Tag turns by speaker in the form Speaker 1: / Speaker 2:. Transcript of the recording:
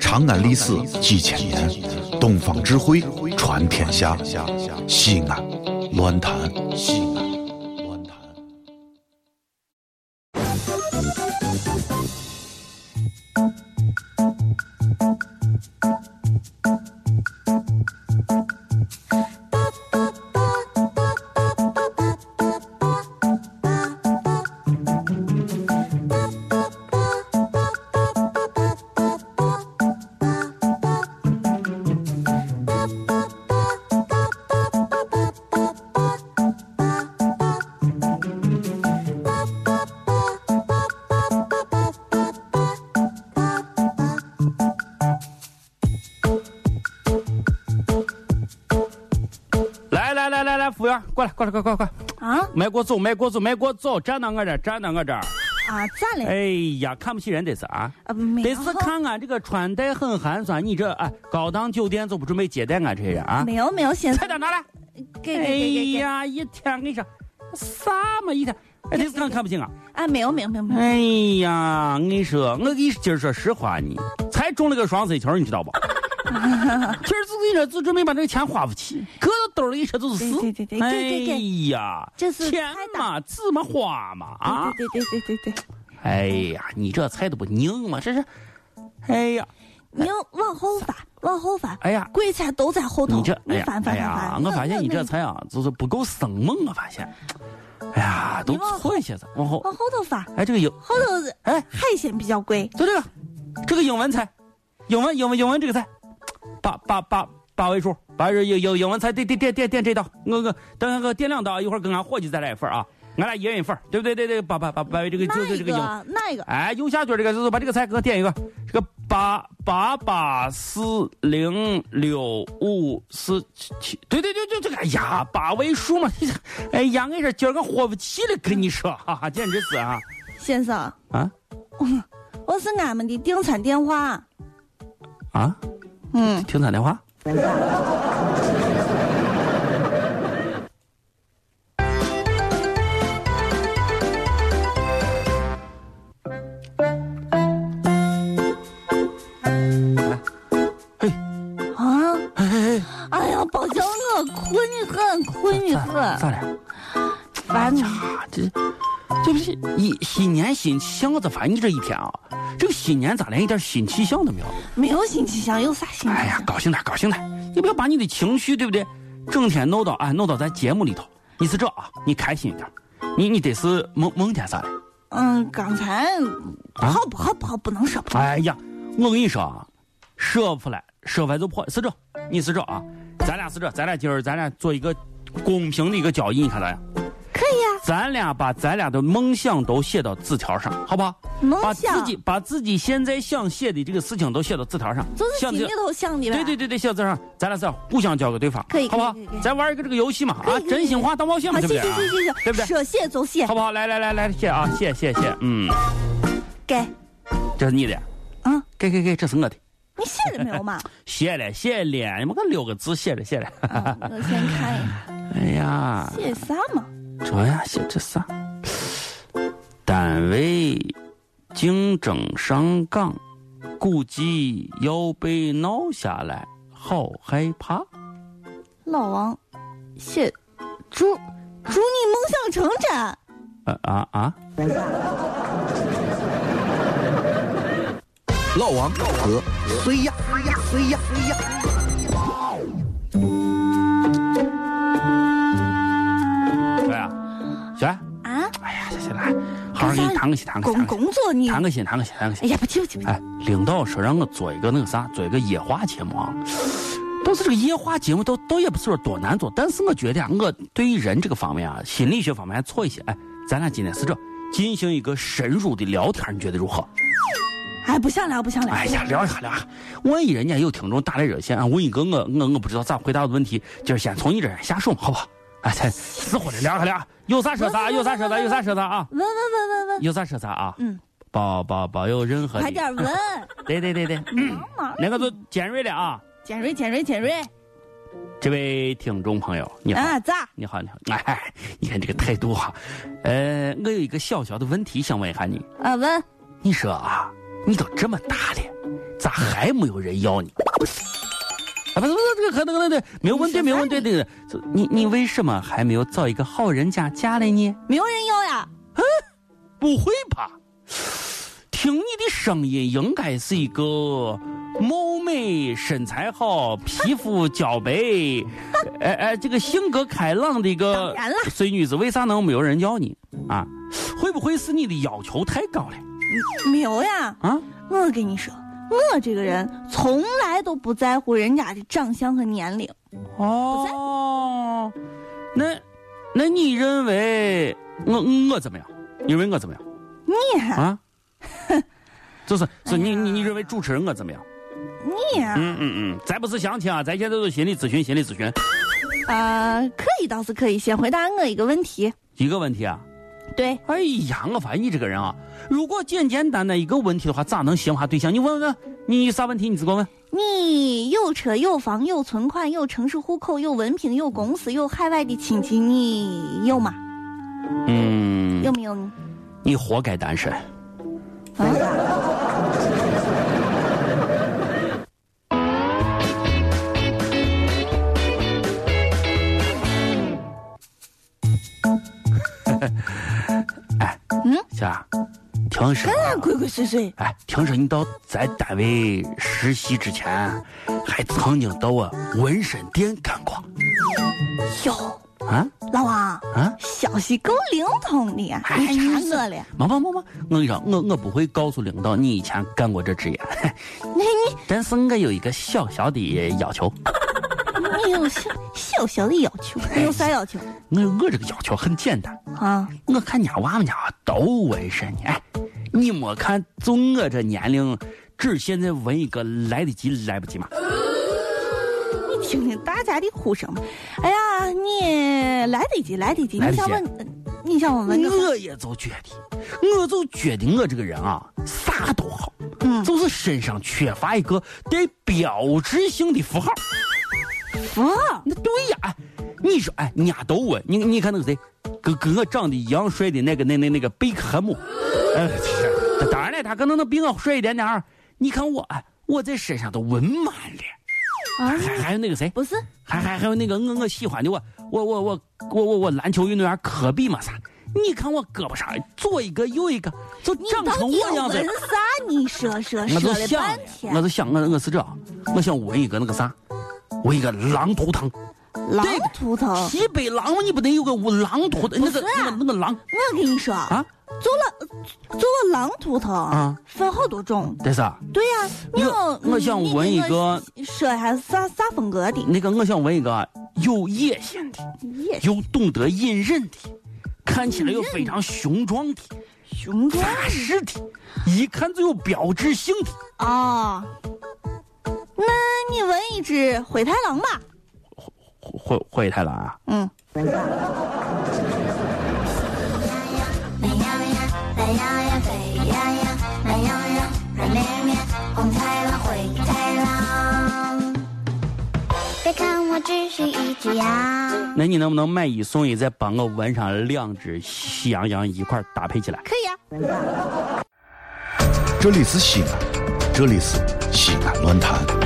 Speaker 1: 长安历史几千年，东方智慧传天下。西安，乱谈西安，乱谈。
Speaker 2: 来来来来来，服务员，过来过来过来过来，过来
Speaker 3: 啊
Speaker 2: 买锅走买锅走买锅走，站到我这儿站到我这儿。
Speaker 3: 啊，咋了？
Speaker 2: 哎呀，看不起人这是啊！
Speaker 3: 啊，没
Speaker 2: 这
Speaker 3: 有
Speaker 2: 是看俺这个穿戴很寒酸，你这哎高档酒店就不准备接待俺这些人啊？
Speaker 3: 没有没有，先
Speaker 2: 菜单拿来！
Speaker 3: 给给
Speaker 2: 哎
Speaker 3: 给给给
Speaker 2: 呀，一天跟你说，啥嘛一天，哎，这是俺看不起俺。
Speaker 3: 啊，没有没有没有没有，
Speaker 2: 哎呀，我跟你说，我跟你今儿说实话呢，才中了个双色球，你知 道不？其实自己呢，就准备把这个钱花不起，搁到兜里一说就是事。
Speaker 3: 对对对对对
Speaker 2: 哎
Speaker 3: 对
Speaker 2: 呀，
Speaker 3: 这是
Speaker 2: 钱嘛，怎么花嘛啊！
Speaker 3: 对对对对对对，
Speaker 2: 哎呀，你这菜都不拧嘛，这是。哎呀，
Speaker 3: 你要往后翻，往后翻，
Speaker 2: 哎呀
Speaker 3: 贵菜都在后头，
Speaker 2: 你这，哎
Speaker 3: 你
Speaker 2: 呀
Speaker 3: 翻，翻
Speaker 2: 哎
Speaker 3: 翻
Speaker 2: 呀，
Speaker 3: 翻，
Speaker 2: 我发现你这
Speaker 3: 往
Speaker 2: 菜啊，就是不够生猛，我啊发现。哎呀，都
Speaker 3: 你往后
Speaker 2: 错一些子，往后。
Speaker 3: 往后头翻，
Speaker 2: 哎，这个有，
Speaker 3: 后头
Speaker 2: 哎，
Speaker 3: 海鲜比较贵，
Speaker 2: 就这个，这个英文菜，英文英文英文这个菜，八八八八位数，八位数有有英文菜，点点点点点这道，我我等我点两道，一会儿跟俺伙计再来一份儿啊，俺俩一人一份儿，对不对？对对，八八八八位这个
Speaker 3: 那
Speaker 2: 就是
Speaker 3: 一
Speaker 2: 这个英文，
Speaker 3: 个那一个，
Speaker 2: 哎，右下角这个就是把这个菜给我点一个，这个八八八四零六五四七七，对对对对，这个哎呀，八位数嘛， 你这哎呀，我说今儿我豁不起了，跟你说，哈哈，简直是啊
Speaker 3: 先生，
Speaker 2: 啊
Speaker 3: 我是俺们的订餐电话，
Speaker 2: 啊！
Speaker 3: 嗯，
Speaker 2: 听他电话。
Speaker 3: 啊，哎呀，宝强，我困得很，困得
Speaker 2: 咋
Speaker 3: 很，
Speaker 2: 咋了？
Speaker 3: 烦你，
Speaker 2: 啊，这这不是一新年新气象，我咋发现你这一天啊？这个新年咋连一点新气象都没有？
Speaker 3: 没有新气象，有啥新气
Speaker 2: 哎呀
Speaker 3: 象，？
Speaker 2: 高兴点，高兴点！你不要把你的情绪，对不对？整天弄到啊，弄到咱节目里头。你是这啊，你开心一点。你你得是梦梦见啥了？
Speaker 3: 嗯，刚才
Speaker 2: 啊
Speaker 3: 好不好不好不能说，
Speaker 2: 哎呀，我跟你说啊，说不出来，说完就破。是这，你是这啊，咱俩是这，咱俩今儿咱俩做一个公平的一个交易，你看咋样？
Speaker 3: 可以啊，
Speaker 2: 咱俩把咱俩的梦想都写到纸条上，好不好？把
Speaker 3: 梦
Speaker 2: 自
Speaker 3: 想
Speaker 2: 己把自己现在想写的这个事情都写到纸条上，
Speaker 3: 就是
Speaker 2: 像
Speaker 3: 心
Speaker 2: 这
Speaker 3: 里头想的呗。
Speaker 2: 对对对对，写到纸条上，咱俩是互相交给对方，
Speaker 3: 可以
Speaker 2: 好不好
Speaker 3: 可以可以可？以
Speaker 2: 咱玩一个这个游戏嘛，
Speaker 3: 可以
Speaker 2: 啊
Speaker 3: 可以，可以
Speaker 2: 真心话大冒险嘛，
Speaker 3: 好，
Speaker 2: 对
Speaker 3: 谢
Speaker 2: 不对啊？
Speaker 3: 谢谢谢谢，
Speaker 2: 对不对
Speaker 3: 说谢就谢，
Speaker 2: 好不好？来来来来，谢啊，谢谢谢，嗯，
Speaker 3: 给，
Speaker 2: 这是你的，
Speaker 3: 嗯，
Speaker 2: 给给给，这是我的，
Speaker 3: 你写了没有嘛？
Speaker 2: 谢了谢了，你们给六个字，谢了谢了，
Speaker 3: 嗯我先看一下，
Speaker 2: 哎呀，
Speaker 3: 写啥嘛？
Speaker 2: 这呀写这啥？单位竞争上岗，估计要被闹下来，好害怕。
Speaker 3: 老王，写，祝祝你梦想成真。
Speaker 2: 啊啊啊！
Speaker 4: 老王和谁呀？谁呀？谁呀？谁呀？
Speaker 2: 对呀，小安，
Speaker 3: 啊，
Speaker 2: 哎呀，行行了，好好给你谈个心，谈个心
Speaker 3: 工，工作你，
Speaker 2: 谈
Speaker 3: 哎
Speaker 2: 个心，谈个心，谈个心。
Speaker 3: 呀，不提不提不提，
Speaker 2: 哎，领导说让我做一个那个啥，做一个夜话节目啊。倒是这个夜话节目倒倒也不是说多难做，但是我觉得啊，我对于人这个方面啊，心理学方面还错一些。哎，咱俩今天是这进行一个深入的聊天，你觉得如何？
Speaker 3: 哎，不想聊不想聊。
Speaker 2: 哎呀，聊一下聊一下，万一人家有听众打来热线啊，问一个我我我不知道咋回答的问题，今儿先从你这儿下手嘛，好不好？哎，咱死活的聊一下聊一下，有啥说啥，有啥说啥，有啥说啥啊，
Speaker 3: 问问问问问，
Speaker 2: 有啥说啥啊。
Speaker 3: 嗯，
Speaker 2: 宝宝宝有任何的
Speaker 3: 快点问，
Speaker 2: 对对对对，
Speaker 3: 忙 忙。
Speaker 2: 那个都尖锐了啊。
Speaker 3: 简瑞简瑞简瑞，
Speaker 2: 这位听众朋友，你好，
Speaker 3: 啊咋？
Speaker 2: 你好，你好，哎，你看这个态度哈、啊呃，我有一个小小的问题想问一下你，
Speaker 3: 呃啊问，
Speaker 2: 你说啊，你都这么大了，咋还没有人要你？啊，不是不是，这个可能可能对，没有问对，没有问对，对对，这你你为什么还没有找一个好人家嫁来呢？
Speaker 3: 没有人要呀。
Speaker 2: 不会吧？听你的声音，应该是一个貌美、身材好、皮肤娇白，哎哎，这个性格开朗的一个
Speaker 3: 当然了
Speaker 2: 水女子，为啥能没有人要你啊？会不会是你的要求太高了
Speaker 3: 没有呀，
Speaker 2: 啊？
Speaker 3: 我跟你说，我这个人从来都不在乎人家的长相和年龄。
Speaker 2: 哦，那那你认为我我怎么样？你认为我怎么样
Speaker 3: 你呀
Speaker 2: 啊？哎就是是你你你认为主持人我怎么样？
Speaker 3: 你呀
Speaker 2: 嗯嗯嗯，咱不是相亲啊，咱现在都是心理咨询，心理咨询。
Speaker 3: 啊、可以倒是可以，先回答我一个问题。
Speaker 2: 一个问题啊，
Speaker 3: 对，
Speaker 2: 哎呀，我发现你这个人啊，如果简简单单一个问题的话，咋能行哈对象？你问问，你啥问题你自个问。
Speaker 3: 你又车又房又存款又城市户口又文凭又公司又海外的亲戚，你有吗？
Speaker 2: 嗯，
Speaker 3: 有没有你？
Speaker 2: 你活该单身。
Speaker 3: 啊，
Speaker 2: 哎小雅，听说啊，
Speaker 3: 鬼鬼祟祟，
Speaker 2: 哎，听说你到咱单位实习之前，还曾经到我纹身店干过
Speaker 3: 哟，
Speaker 2: 啊
Speaker 3: 老王，
Speaker 2: 啊！
Speaker 3: 消息够灵通的呀，
Speaker 2: 哎
Speaker 3: 你查我了。
Speaker 2: 没没没没，我跟你说，我我不会告诉领导你以前干过这职 业，
Speaker 3: 你你
Speaker 2: 但是我有一个小小的要求。
Speaker 3: 你有小小小的要求，你有啥要求
Speaker 2: 我我这个要求很简单，
Speaker 3: 啊？
Speaker 2: 我看人家娃们家都纹身呢。哎，你没看，就我这年龄，只现在纹一个来得及来不及嘛？
Speaker 3: 你听听大家的呼声吧。哎呀，你来得及，来得及。
Speaker 2: 来
Speaker 3: 你
Speaker 2: 得及
Speaker 3: 想问，你想问问个
Speaker 2: 我也就觉得，我就觉得我这个人啊，啥都好，
Speaker 3: 嗯
Speaker 2: 就是身上缺乏一个带标志性的符号。
Speaker 3: 符号？
Speaker 2: 那对呀，哎，你说，哎，人家都纹，你你看那个谁，跟跟我长得一样帅的那个那那那个贝克汉姆，哎，这当然了，他可能能比我帅一点点儿。你看我，哎，我在身上都纹满了，
Speaker 3: 啊，
Speaker 2: 还还有那个谁，
Speaker 3: 不是，
Speaker 2: 还还还有那个我我喜欢的我我我我我我我篮球运动员科比嘛啥。你看我胳膊上哎左一个右一个，就
Speaker 3: 你
Speaker 2: 长
Speaker 3: 到
Speaker 2: 成
Speaker 3: 底
Speaker 2: 我
Speaker 3: 要
Speaker 2: 样子
Speaker 3: 纹。啥？你说说
Speaker 2: 我
Speaker 3: 说
Speaker 2: 就
Speaker 3: 了
Speaker 2: 想
Speaker 3: 半
Speaker 2: 嘞，我
Speaker 3: 天，
Speaker 2: 就想我我是这样，我想纹一个那个啥，纹一个狼图腾。
Speaker 3: 狼秃头。我
Speaker 2: 西北狼嘛，你不能有个乌狼图的那个
Speaker 3: 啊不是
Speaker 2: 那
Speaker 3: 啊
Speaker 2: 个那个狼
Speaker 3: 跟你说，
Speaker 2: 啊？
Speaker 3: 做了做了狼秃头
Speaker 2: 啊，
Speaker 3: 分好多种。
Speaker 2: 但是啊，
Speaker 3: 对呀，你要
Speaker 2: 我我想
Speaker 3: 你
Speaker 2: 纹
Speaker 3: 你
Speaker 2: 一
Speaker 3: 我
Speaker 2: 个
Speaker 3: 说一下啥啥风格的？
Speaker 2: 那个我想问一个有野心的，
Speaker 3: 也
Speaker 2: 有懂得隐忍的，看起来又非常雄壮的、
Speaker 3: 嗯雄壮
Speaker 2: 踏实的，一看就有标志性的。
Speaker 3: 啊。那你纹一只灰太狼吧。
Speaker 2: 会会太狼啊？
Speaker 3: 嗯。
Speaker 5: 美呀美呀美呀呀美呀呀美呀呀软绵绵，红太狼灰太狼。别看我只是一只羊，
Speaker 2: 那你能不能买一送一，再帮我纹上两只喜羊羊一块儿搭配起来？
Speaker 3: 可以啊。
Speaker 1: 这里是西安，这里是西安论坛。